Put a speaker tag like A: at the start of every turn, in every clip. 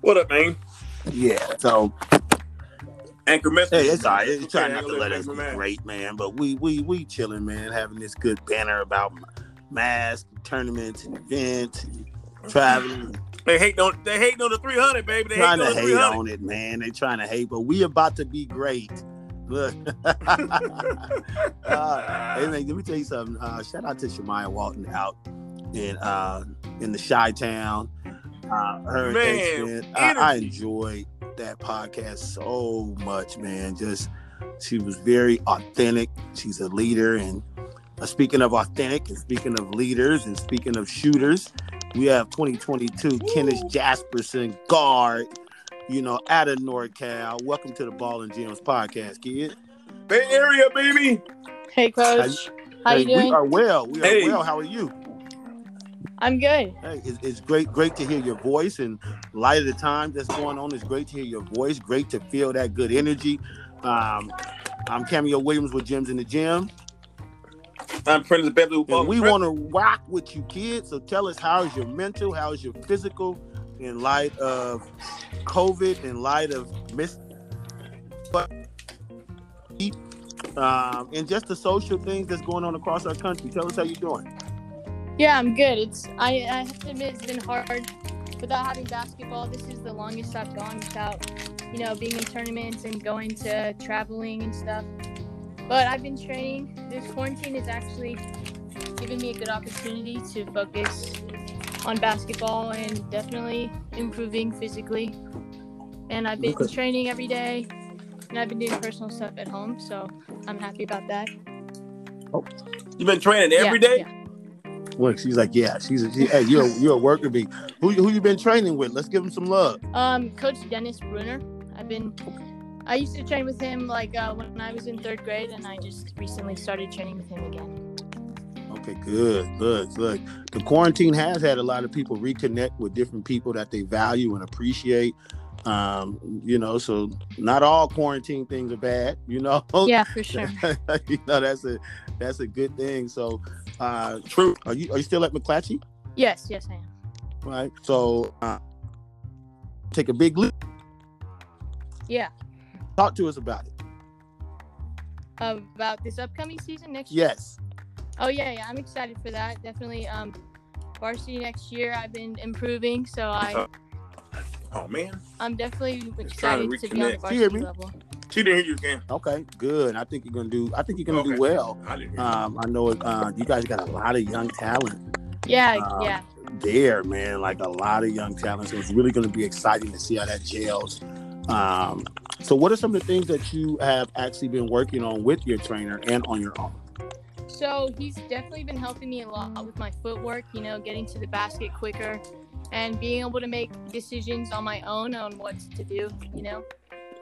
A: What up, man?
B: Yeah. So
A: Anchor message.
B: hey, it's all right. It's trying
A: Okay,
B: not to
A: I'll
B: let us
A: Anchor
B: be
A: man.
B: great, man. But we we we chilling, man. Having this good banner about mask tournaments and events, and traveling,
A: They hate on they hate on the three hundred, baby. They hate on
B: trying
A: the
B: to
A: three
B: hate
A: hundred.
B: on it, man. They trying to hate, but we about to be great. Look, uh, hey man, let me tell you something. Uh, shout out to Shemaya Walton out in uh, in the Chi Town. Uh, her
A: Man,
B: man, I, I
A: energy.
B: enjoyed that podcast so much, man. Just she was very authentic. She's a leader, and uh, speaking of authentic, and speaking of leaders, and speaking of shooters, we have 2022 Kenneth Jasperson guard. You know, out of NorCal. Welcome to the Ball and Gems podcast, kid.
A: Bay Area, baby.
C: Hey, coach. How
B: Hey,
C: you
B: We
C: doing?
B: are well. We are
A: Hey.
B: well. How are you?
C: I'm good.
B: Hey, it's, it's great, great to hear your voice. And in light of the time that's going on, it's great to hear your voice. Great to feel that good energy. Um, I'm Cameo Williams with Gems in the Gym,
A: I'm Prince Beverly with
B: and
A: Ball.
B: we want to rock with you, kids. So tell us, how's your mental? How's your physical? In light of COVID, in light of miss, um, and just the social things that's going on across our country. Tell us how you're doing.
C: Yeah, I'm good. It's I, I have to admit it's been hard without having basketball. This is the longest I've gone without, you know, being in tournaments and going to traveling and stuff. But I've been training. This quarantine has actually given me a good opportunity to focus on basketball and definitely improving physically. And I've been
B: Okay.
C: training every day, and I've been doing personal stuff at home, so I'm happy about that.
A: You've been training every
C: Yeah,
A: day.
C: yeah.
B: Look, she's like, yeah, she's a, she, hey, you're a- you're a worker bee. Who who you been training with? Let's give him some love.
C: Um, Coach Dennis Bruner. I've been. I used to train with him like uh, when I was in third grade, and I just recently started training with him again.
B: Okay, good, good, good. The quarantine has had a lot of people reconnect with different people that they value and appreciate. Um, you know, so not all quarantine things are bad. You know,
C: Yeah, for sure.
B: you know that's a that's a good thing. So, uh,
A: True.
B: are you are you still at McClatchy?
C: Yes, yes, I am.
B: Right. So, uh, take a big leap.
C: Yeah.
B: Talk to us about it.
C: about this upcoming season next year.
B: Yes.
C: Oh yeah, yeah. I'm excited for that. Definitely. Um, varsity next year. I've been improving, so
A: Uh,
C: I
B: Uh,
A: Oh man,
C: I'm definitely
A: trying
C: excited
A: to
C: to, be on the
A: reconnect.
B: Hear
C: varsity
B: me?
C: level.
A: she didn't hear you, Cam.
B: Okay, good. I think you're gonna do. I think you're gonna
A: Okay.
B: do well.
A: I didn't. Hear you.
B: Um, I know uh, you guys got a lot of young talent
C: Yeah,
B: Um,
C: yeah,
B: there, man. Like a lot of young talent. So it's really gonna be exciting to see how that gels. Um, so, what are some of the things that you have actually been working on with your trainer and on your own?
C: So he's definitely been helping me a lot with my footwork, you know, getting to the basket quicker and being able to make decisions on my own on what to do, you know.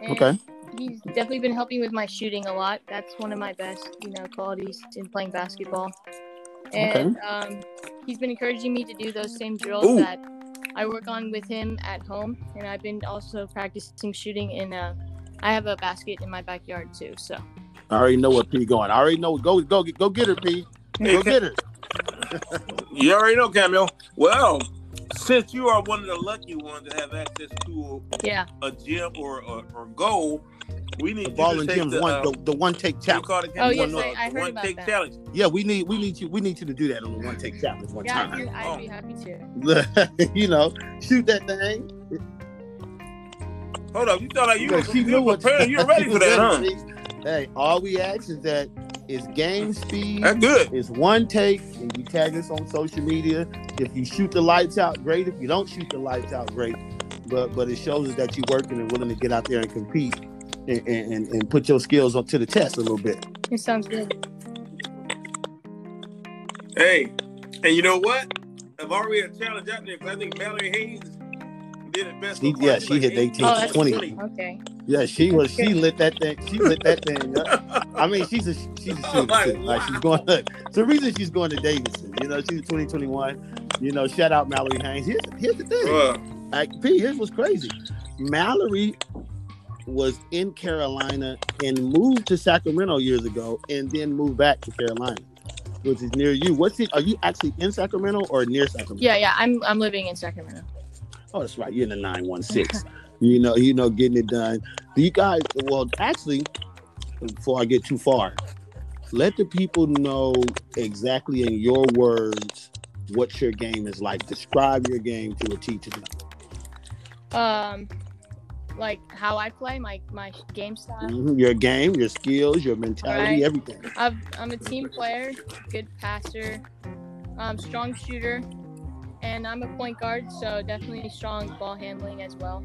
C: And
B: Okay,
C: He's definitely been helping with my shooting a lot. That's one of my best, you know, qualities in playing basketball. And um, he's been encouraging me to do those same drills
A: Ooh.
C: that I work on with him at home. And I've been also practicing shooting in a, I have a basket in my backyard too. So
B: I already know where P going. I already know. Go, go, go get her, P.
A: Hey,
B: Go get her.
A: You already know, Cameo. Well, since you are one of the lucky ones that have access to
C: yeah,
A: a gym or or, or goal, we need
B: The
A: you
B: ball
A: to
B: and
A: take
B: Jim's
A: the,
B: one,
A: uh,
B: the, the one take
A: you
B: challenge.
A: call it,
C: Oh,
A: Cameo?
C: yes,
A: One,
C: I- I heard
A: uh, one
C: about
A: take
C: that.
A: challenge.
B: Yeah, we need we need you we need you to do that on the one take challenge one
C: yeah,
B: time.
C: I'd be, I'd be happy to.
B: you know, shoot that thing.
A: Hold up, you thought like you,
B: Yeah,
A: were
B: she
A: you
B: knew
A: were
B: what-
A: prepared. You're ready for that, huh?
B: Hey, all we ask is that it's game speed,
A: That's good.
B: it's one take, and you tag us on social media. If you shoot the lights out, great. If you don't shoot the lights out, great. But but it shows us that you're working and willing to get out there and compete and, and, and- and put your skills up to the test a little bit.
C: It sounds good.
A: Hey, and you know what? I've already a challenge out there because I think Mallory Hayes did it best.
B: She-
A: so far.
B: yeah,
A: She's
B: she
A: like
B: hit
A: 18,
B: 18,
C: Oh, that's
B: 20.
C: Okay.
B: Yeah, she was she lit that thing, she lit that thing up. I mean, she's a she's a
A: Oh,
B: shooter.
A: my
B: too. Like she's
A: wow.
B: going. Look, it's the reason she's going to Davidson. You know, she's 2021. You know, shout out Mallory Haynes. Here's here's the thing.
A: Uh,
B: Like, P, here's what's crazy. Mallory was in Carolina and moved to Sacramento years ago, and then moved back to Carolina, which is near you. What's it? Are you actually in Sacramento or near Sacramento?
C: Yeah, yeah. I'm I'm living in Sacramento.
B: Oh, that's right. You're in the nine one six. You know, you know, getting it done. Do you guys? Well, actually, before I get too far, let the people know exactly in your words what your game is like. Describe your game to a teacher.
C: Um, like how I play, my my game style.
B: Mhm, Your game, your skills, your mentality,
C: Right.
B: everything.
C: I've, I'm a team player, good passer, um, strong shooter, and I'm a point guard, so definitely strong ball handling as well.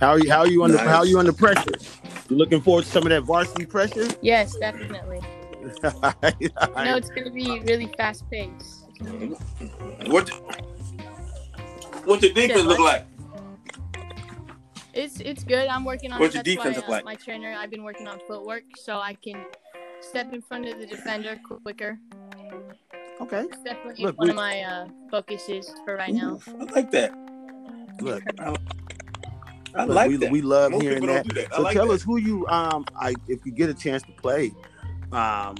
B: How are you? How are you under?
A: Nice.
B: How are you under pressure? You looking forward to some of that varsity pressure?
C: Yes, definitely. I know it's going to be really fast paced.
A: What? The, what the defense look like?
C: It's it's good. I'm working on.
A: What's your
C: that's
A: defense
C: why,
A: look
C: uh,
A: like?
C: My trainer, I've been working on footwork, so I can step in front of the defender quicker.
B: okay.
C: It's definitely
B: Look,
C: one
B: we-
C: of my uh, focuses for right now.
A: Ooh, I like that.
B: Look,
A: I
B: look,
A: like
B: we,
A: that.
B: we love
A: Most
B: hearing
A: people
B: that.
A: don't do that. I
B: So
A: like
B: tell
A: that.
B: us who you um I if you get a chance to play um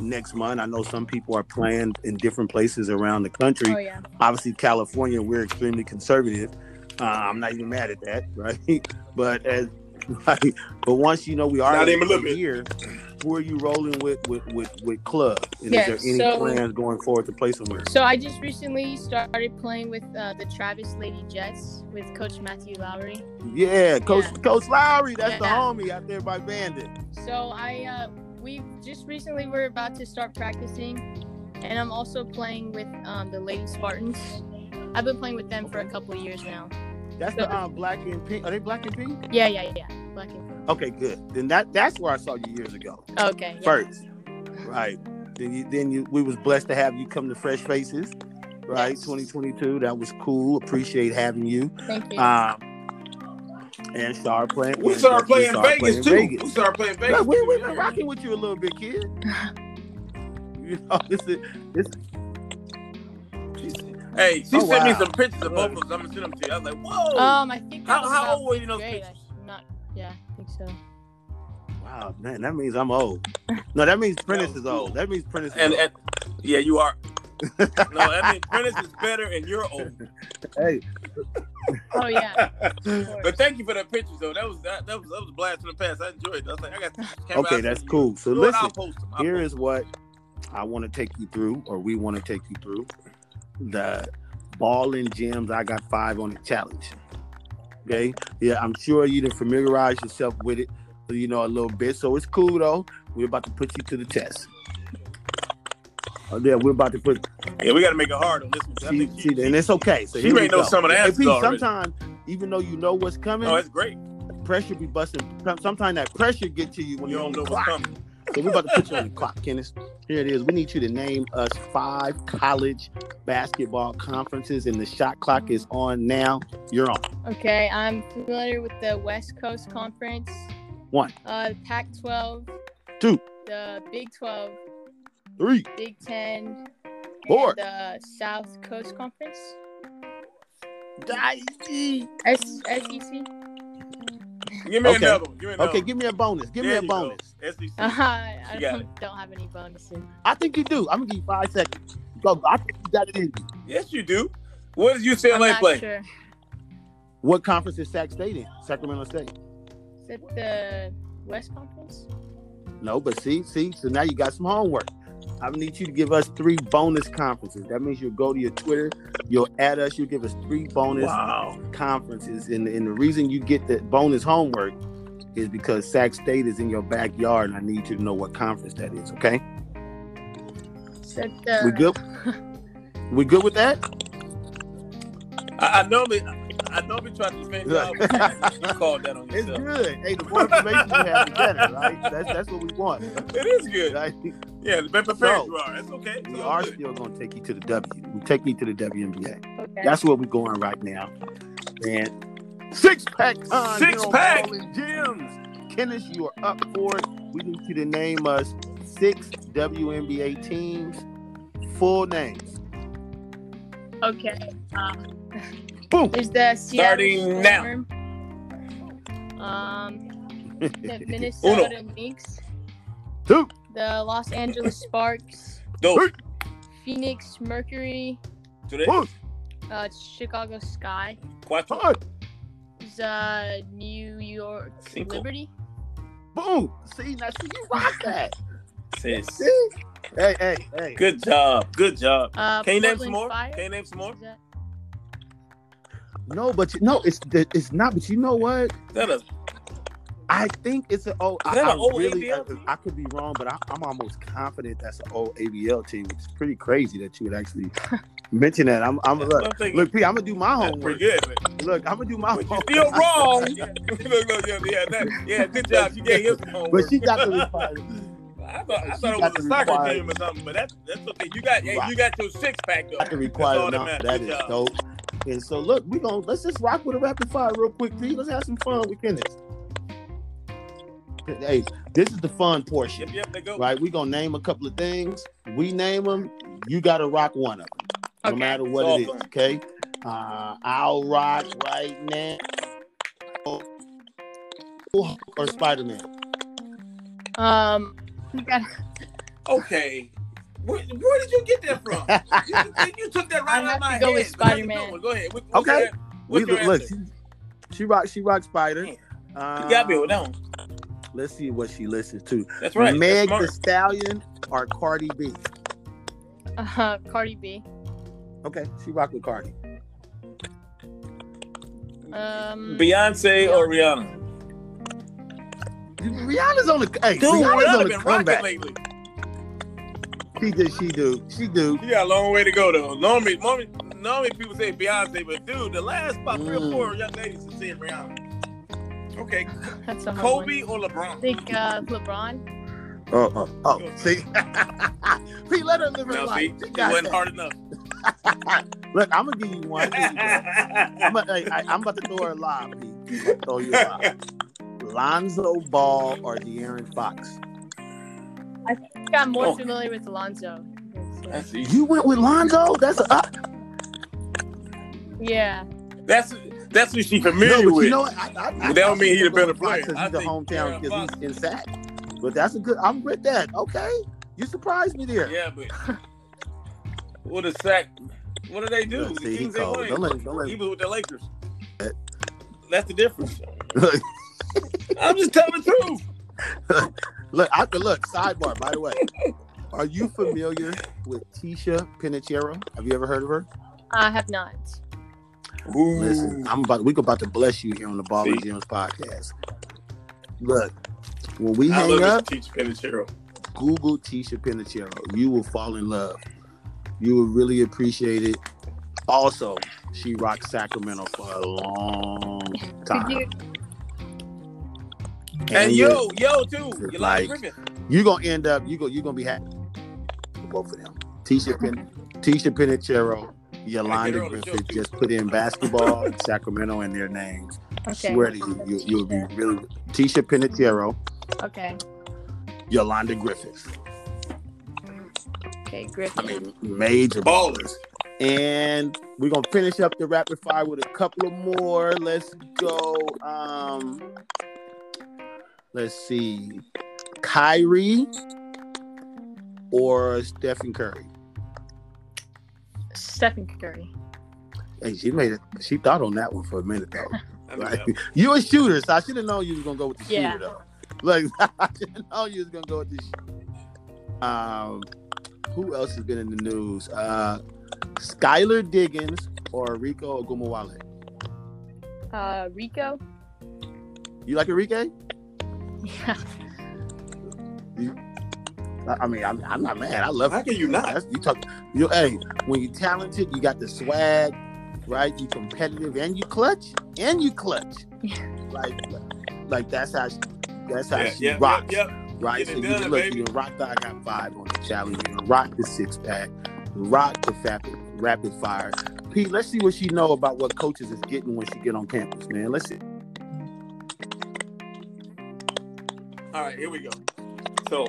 B: next month. I know some people are playing in different places around the country.
C: Oh yeah.
B: Obviously California, we're extremely conservative. Uh, I'm not even mad at that, right? But as right, but once you know we are
A: Not even a little bit.
B: here, who are you rolling with with with, with club? And
C: Yes,
B: is there any
C: so-
B: plans going forward to play somewhere?
C: So I just recently started playing with uh, the Travis Lady Jets with Coach Matthew Lowry.
B: Yeah, Coach
C: Yeah.
B: Coach Lowry, that's the
C: Yeah.
B: homie out there by Bandit.
C: So I uh, we just recently were about to start practicing, and I'm also playing with um, the Lady Spartans. I've been playing with them for a couple of years now.
B: That's the um, black and pink. Are they black and pink?
C: Yeah, yeah, yeah. Black and
B: Okay, good. Then that that's where I saw you years ago.
C: okay. yeah.
B: First. Right. Then you then you we was blessed to have you come to Fresh Faces. Right,
C: Yes.
B: 2022. That was cool. Appreciate having you.
C: Thank you.
B: Um, and start playing.
A: we
B: and
A: started
B: definitely
A: playing
B: start
A: Vegas too.
B: playing
A: We started playing Vegas.
B: Look, we we've been rocking with you a little bit, kid. You know, this is
A: Hey, she
B: Oh,
A: sent me
B: wow.
A: some pictures of both of us. I'm gonna send them to you. I was like, whoa.
C: um, I think
A: how
C: that was
A: how
C: about
A: old were you in those
C: grade. I
A: pictures?
C: should not. Yeah, I think so.
B: wow, man. That means I'm old. No, that means Prentice
A: was
B: is
A: cool.
B: old. That means Prentice is
A: And,
B: old.
A: and yeah, you are. no, I mean Prentice is better, and you're old.
B: Hey,
C: Oh yeah.
A: but thank you for that picture, though. That was that, that was that was a blast from the past. I enjoyed it. I was like, I got. this camera
B: okay,
A: out
B: that's
A: to you.
B: cool. So
A: You know what?
B: listen,
A: I'll post them. I'll
B: here
A: post
B: is what I want to take you through, or we want to take you through the ball and gems. I got five on the challenge. Okay, yeah, I'm sure you didn't familiarize yourself with it, you know, a little bit. So it's cool though. We're about to put you to the test. Oh, yeah, we're about to put.
A: them. Yeah, we got to make it hard on this one. 'cause I
B: See,
A: think
B: see, and it's okay. So
A: she
B: here
A: may
B: we
A: know
B: go.
A: some of the
B: Hey,
A: answers
B: Pete,
A: already.
B: sometimes, even though you know what's coming,
A: Oh, that's great.
B: pressure be busting. Sometimes that pressure get to you when
A: You
B: you're on
A: don't know
B: the
A: what's
B: clock.
A: coming.
B: So we're about to put you on the clock, Kenneth. Here it is. We need you to name us five college basketball conferences, and the shot clock is on now. You're on.
C: Okay, I'm familiar with the West Coast Conference.
B: One.
C: Uh, Pac-12.
B: Two.
C: The Big 12,
B: Three,
C: Big 10.
B: Four.
C: And the South Coast Conference.
B: dicey.
C: S- E SEC.
A: Give me
B: Okay.
A: another one. Give me another
B: Okay,
A: one.
B: give me a bonus.
A: There
B: Give me a
A: you go. E
B: bonus.
A: SEC.
C: Uh, I
A: You got
C: don't, don't have any bonuses.
B: I think you do. I'm gonna give you five seconds. Go. I think you got it in. you.
A: Yes, you do. What does
C: I'm
A: UCLA
C: not
A: play?
C: sure.
B: What conference is Sac State in? Sacramento State.
C: Is it the West Conference?
B: No, but see, see. So now you got some homework. I need you to give us three bonus conferences. That means you'll go to your Twitter, you'll add us, you'll give us three bonus
A: Wow.
B: conferences, and, and the reason you get the bonus homework is because Sac State is in your backyard, and I need you to know what conference that is. Okay,
C: Is it the,
B: we good. We good with that?
A: I, I normally I normally try to defend you. I always- You called that on
B: It's
A: yourself.
B: good. Hey, the more information you have, the better, right? That's that's what we want.
A: It is good.
B: Right?
A: Yeah, the better prepared
B: So,
A: you are. That's okay. It's
B: We
A: all
B: are
A: good.
B: still gonna take you to the W. We take you to the WNBA.
C: Okay.
B: That's where we're going right now. And six pack time.
A: Six
B: here on
A: pack.
B: Ball and Gems. Kenneth, you are up for it. We need you to name us six WNBA teams, full names.
C: Okay.
B: Boom.
C: There's the Seattle
A: Starting now.
C: Storm. Um, the Minnesota Lynx.
B: Two.
C: The Los Angeles Sparks.
A: Dope.
C: Phoenix Mercury.
A: Do they?
B: Woo.
C: Uh, it's Chicago Sky.
A: Cuatro.
B: Fuck,
C: It's, uh, New York
A: Cinco.
C: Liberty.
B: boom. See, now see, you rock that.
A: Sis.
B: See? Hey, hey, hey.
A: Good job. Good job.
C: Uh,
A: Can you name
C: Portland
A: some more?
C: Fire.
A: Can you name some more?
C: Is that-
B: No, but you, no, it's it's not. But you know what?
A: Is that a
B: I think it's an old. I,
A: that an
B: I
A: old
B: really,
A: ABL
B: I,
A: team?
B: I could be wrong, but I, I'm almost confident that's an old ABL team. It's pretty crazy that you would actually mention that. I'm, I'm
A: that's what
B: look,
A: I'm thinking.
B: look, Oh, P. I'm gonna do my
A: That's pretty
B: homework.
A: good. man.
B: Look, I'm gonna do my
A: But
B: homework.
A: you're still wrong. yeah, look, look, yeah, yeah, that- yeah, good job. You gave him some homework.
B: But she got the requirement.
A: I thought, I
B: she
A: thought it
B: got
A: was a
B: the
A: soccer
B: required-
A: game or something, but that's that's okay. You got hey,
B: Right.
A: you got your six pack though.
B: Got
A: That's all
B: the required
A: that
B: number.
A: matters.
B: That
A: Good
B: is
A: job.
B: dope. And so look, we gonna let's just rock with a rapid fire real quick, P. Let's have some fun. We finish. Hey, this is the fun portion.
A: Yep, yep, they go.
B: right? We gonna name a couple of things. We name them. You gotta rock one of them, no
C: Okay.
B: matter what it is.
A: Awesome.
B: Okay. Uh, I'll rock right now. Hulk Or Spider Man.
C: Um, we got-
A: Okay. Where, where did you get that from? you, you- you took that right out
C: I have
A: of my
C: to
A: head.
C: go with
A: Where you
C: Spider-Man.
A: going? Go ahead. What- what's
B: Okay.
A: your- what's your
B: look,
A: answer?
B: she, she rocks. She rocks Spider.
A: Man,
B: Uh,
A: You got me with that one.
B: Let's see what she listens to.
A: That's right. That's
B: Meg
A: smart.
B: the Stallion or Cardi B.
C: uh, Cardi B.
B: Okay, she rocked with Cardi.
C: Um,
A: Beyonce or Rihanna?
B: Rihanna's on the hey,
A: Dude,
B: Rihanna's
A: Rihanna
B: on the
A: been rocking
B: comeback.
A: lately.
B: She do, she do, she do.
A: You got a long way to go though. Normally, normally, normally people say Beyonce, but dude, the last about three or
B: Mm.
A: four young ladies have said Rihanna. Okay,
C: that's a hard one.
A: Kobe or
C: I
A: LeBron?
C: think uh, LeBron.
B: Uh, uh, oh, see, P, let her live her
A: Now
B: life.
A: see,
B: She
A: it
B: got
A: wasn't
B: that.
A: hard enough.
B: Look, I'm gonna give you one. I'm, about, hey, I, I'm about to throw her live. P. I'm gonna Throw you live. Lonzo Ball or De'Aaron Fox?
C: I think I'm more
A: Oh. Eh.
C: familiar with Alonzo.
A: That's easy.
B: You went with Lonzo? That's a uh, up.
C: Yeah.
A: That's that's who she familiar
B: no, but
A: with.
B: you know what? I, I, I,
A: That don't
B: I
A: mean he the
B: think
A: better
B: De'Aaron
A: player.
B: Fox is
A: I
B: the
A: think
B: hometown
A: De'Aaron
B: because he's in sack. But that's a good. I'm with that. Okay, you surprised me there.
A: yeah, but what a sack! What do they do?
B: Look,
A: The
B: see, he
A: Kings ain't
B: cold. Don't
A: winning.
B: let, him- don't let
A: He
B: him-
A: was with the Lakers. That's the difference.
B: look,
A: I'm just telling the truth.
B: look, I could look. Sidebar, by the way. Are you familiar with Tisha Pinachero? Have you ever heard of her?
C: I have not.
B: Listen,
A: Mm.
B: I'm about we about to bless you here on the Ball and Gems podcast. Look, when we
A: I
B: hang
A: love
B: up,
A: this teacher Penichero.
B: Google Tisha Pinachero. You will fall in love. You will really appreciate it. Also, she rocked Sacramento for a long
C: Did
B: time.
C: you?
A: And
B: you,
A: yo, yo, too. You like
B: Like-
A: Griffin.
B: you're gonna end up. You go. You're gonna be happy. with Both of them. Tisha Pin, Tisha Pinachero, Yolanda
A: on the show,
B: Griffith
A: too.
B: just put in basketball, Sacramento in their names.
C: Okay.
B: swear to you, you you'll be really Tisha Pinatiero,
C: Okay.
B: Yolanda Griffith.
C: Okay.
B: I
C: Griffin.
B: mean, major
A: Ballers.
B: And we're gonna finish up the rapid fire with a couple of more. Let's go. Um, let's see, Kyrie or Stephen Curry.
C: Stephen Curry.
B: Hey, she made it. She thought on that one for a minute though.
A: I mean,
B: Right? You a shooter, so I should have known you was gonna go with the
C: Yeah.
B: shooter though. Like I should have known you was gonna go with the shooter. Um, who else has been in the news? Uh, Skylar Diggins or Rico Ogumawale?
C: Uh, Rico.
B: You like Enrique?
C: Yeah.
B: I, I mean, I'm, I'm not mad. I love.
A: How can you not?
B: That's- you talk. You hey, when you talented, you got the swag, right? You competitive and you clutch and you clutch. Like, like that's how. She, that's how
A: Yeah,
B: she
A: yeah,
B: rocks.
A: yep,
B: right?
A: Get
B: So
A: it
B: you
A: done,
B: can
A: baby.
B: look, you can rock the I Got Five on the challenge, you can rock the six pack, rock the rapid, rapid fire. Pete, let's see what she know about what coaches is getting when she get on campus, man. Let's see.
A: yep. All right, here we go. So,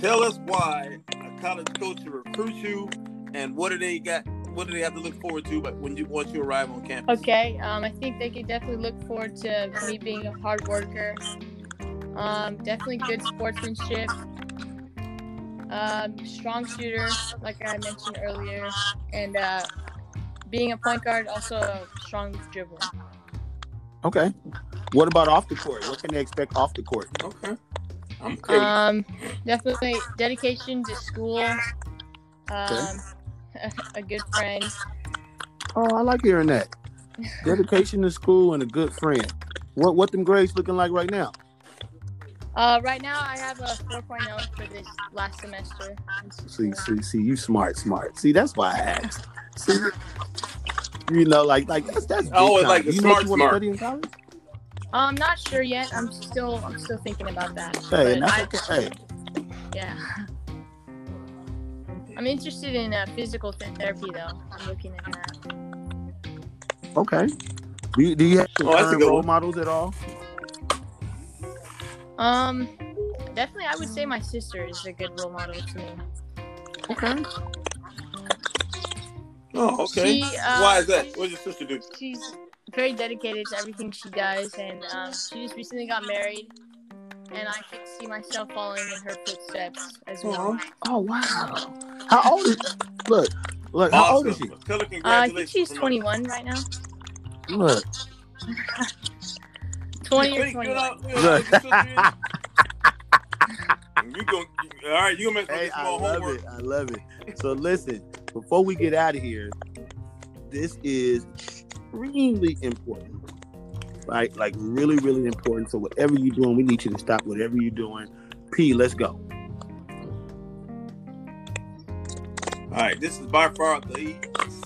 A: tell us why a college coach should recruit you, and what do they got? What do they have to look forward to? But when you once you arrive on campus,
C: Okay. Um, I think they could definitely look forward to me being a hard worker. Um, definitely good sportsmanship. Um, strong shooter, like I mentioned earlier, and uh, being a point guard, also a strong dribbler.
B: Okay. What about off the court? What can they expect off the court?
A: Okay. I'm curious.
C: Um, definitely dedication to school. Um, a, good friend.
B: Oh, I like hearing that. Dedication to school and a good friend. What what them grades looking like right now?
C: Uh, right now I have a 4.0 for this last semester.
B: See, see, see, you smart, smart. See, that's why I asked. See, you know, like, like that's that's. big
A: Oh,
B: time.
A: like the
B: you know
A: smart,
B: what you wanna
A: smart.
B: study in college?
C: I'm not sure yet. I'm still I'm still thinking about that.
B: Hey, and
C: But I-
B: that's okay. Hey,
C: Yeah. I'm interested in uh, physical therapy though. I'm looking at that.
B: okay. Do you, do you have
A: Oh, that's a
B: current
A: good
B: role
A: one.
B: models at all?
C: Um, definitely, I would say my sister is a good role model to me.
B: Okay.
A: oh, okay.
C: She, uh,
A: Why is that?
C: she's-
A: What does your sister do?
C: She's very dedicated to everything she does, and um, she just recently got married. And I could see myself following in her footsteps as well.
B: Oh wow. How old is? Look, look. How old is she?
A: Awesome. Tell her
C: Uh, I think
A: congratulations.
C: she's
A: Come on.
C: 21 right now.
B: Look,
C: 20
A: You
C: or
A: think you're
C: 21.
A: not- you're
B: look.
A: not your sister is? You gonna all right? You gonna make
B: Hey,
A: some
B: I
A: more
B: love
A: homework?
B: it. I love it. So listen, before we get out of here, this is extremely important. Right? Like really, really important. So whatever you're doing, we need you to stop whatever you're doing. P, let's go.
A: All right, this is by far the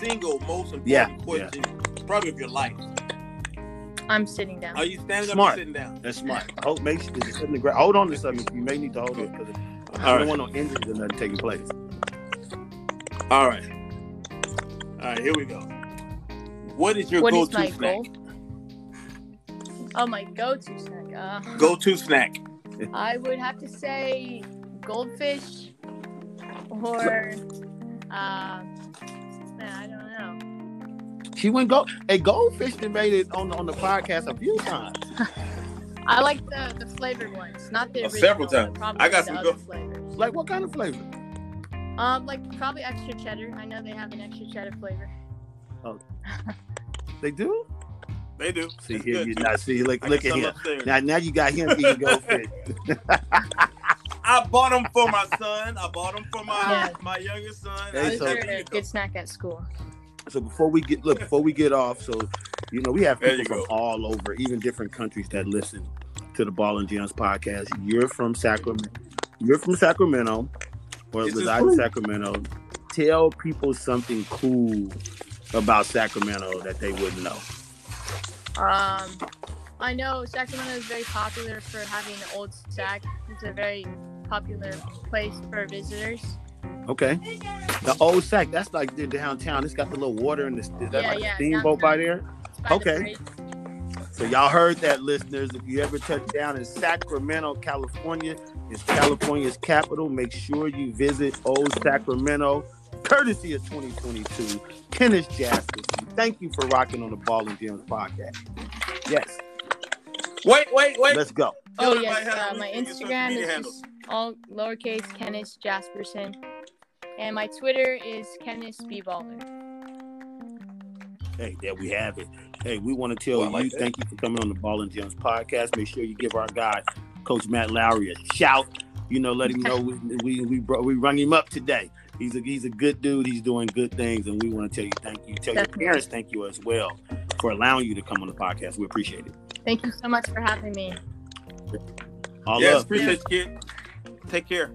A: single most important
B: Yeah,
A: question, probably of your life.
C: I'm sitting down.
A: Are you standing up
B: Smart.
A: or sitting down?
B: That's smart. Hold, make sure it's in the ground. Hold on to something. You may need to hold on because I
A: All
B: don't
A: right,
B: want no injuries or nothing taking place.
A: all right, all right. Here we go. What is your
C: What is
A: go-to
C: my
A: snack?
C: goal? Oh, my go-to snack. Uh,
A: Go-to snack.
C: I would have to say goldfish or uh, man, I don't know.
B: She went go. A goldfish that made it on the, on the podcast a few times.
C: I like the, the flavored ones, not the
A: Oh,
C: original.
A: several
C: but
A: times.
C: Probably
A: I got
C: the
A: some
C: other
A: good-
C: flavors.
B: Like what kind of flavor?
C: Um, like probably extra cheddar. I know they have an extra cheddar flavor.
B: They do.
A: They do.
B: See
A: It's
B: here,
A: good,
B: you
A: too.
B: not see. Look,
A: I
B: look
A: can
B: at
A: sell
B: him.
A: upstairs.
B: Now, now you got him eating goldfish.
A: I bought them for my son. I bought them for my
C: Yeah.
A: my youngest son.
B: Hey,
A: I
C: Those
B: so-
A: said,
C: are
A: "Here
C: a
A: you
C: good snack at school.
B: so before we get look before we get off so you know we have
A: There
B: people
A: you
B: from
A: go.
B: all over even different countries that listen to the ball and gems podcast you're from sacramento you're from sacramento or
A: This is
B: reside in
A: cool.
B: sacramento tell people something cool about sacramento that they wouldn't know
C: Um, I know Sacramento is very popular for having the old sack. It's a very popular place for visitors.
B: okay the old sack that's like the downtown it's got the little water and the is that
C: Yeah,
B: like
C: yeah,
B: a steamboat by there
C: It's by the
B: Okay.
C: bridge.
B: So y'all heard that, listeners. If you ever touch down in Sacramento, California, it's California's capital. Make sure you visit Old Sacramento, courtesy of 2022. Kenneth Jasper, thank you for rocking on the Ball and Gems podcast. Yes,
A: go." Wait, wait, wait.
B: let's go.
A: Tell
C: Oh
A: them
C: yes,
A: how
C: uh,
A: to
C: my
A: reach you, your social
C: Instagram
A: media
C: is
A: handles.
C: just all lowercase Kenneth Jasperson, and my Twitter is Kenneth Speedballer.
B: Hey, there we have it. Hey, we want to tell
A: Well, Oh, I like
B: you
A: that.
B: thank you for coming on the Ball and Gems podcast. Make sure you give our guy, Coach Matt Lowry, a shout. You know, let him know we we we, bro, we rung him up today. He's a he's a good dude. He's doing good things, and we want to tell you thank you. Tell your
C: Definitely.
B: parents thank you as well for allowing you to come on the podcast. We appreciate it.
C: Thank you so much for having me.
B: All
A: yes,
B: love.
A: appreciate you, kid. Take care.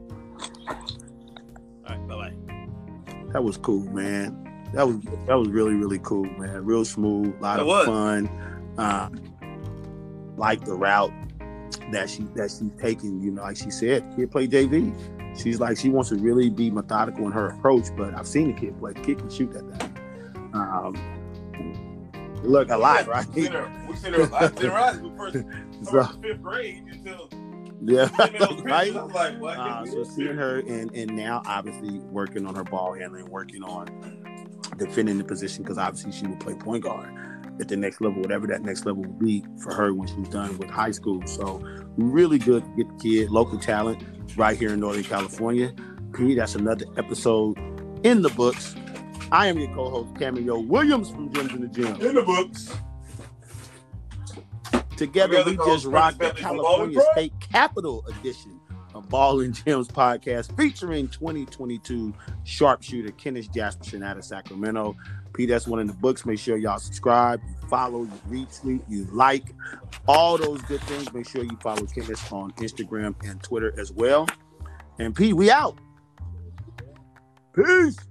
B: All right, bye bye. That was cool, man. That was that was really really cool, man. Real smooth, a lot
A: It
B: of
A: was.
B: fun. Uh, like the route that she that she's taking. You know, like she said, kid play JV. She's like she wants to really be methodical in her approach. But I've seen the kid play, kid can shoot that thing. Um, look a lot, right?
A: We seen her. We seen her. I seen her eyes when first,
B: So,
A: first fifth grade until
B: yeah,
A: I was
B: right.
A: like, well, I
B: Uh,
A: guess
B: so
A: we
B: seeing her and and now obviously working on her ball handling, working on defending the position because obviously she will play point guard at the next level, whatever that next level will be for her when she's done with high school. So really good to get the kid, local talent right here in Northern California. P, that's another episode in the books. I am your co-host Cameo Williams from Gyms in the Gym.
A: In the books.
B: Together we
A: Together,
B: just
A: Carl
B: rock the
A: Perkins family from Ball and
B: California State Capitol edition of Ball and Gems podcast featuring 2022 sharpshooter Kenneth Jasperson out of Sacramento. P, that's one in the books. Make sure y'all subscribe, you follow, you retweet, you like, all those good things. Make sure you follow Kenneth on Instagram and Twitter as well. And P, we out. Peace.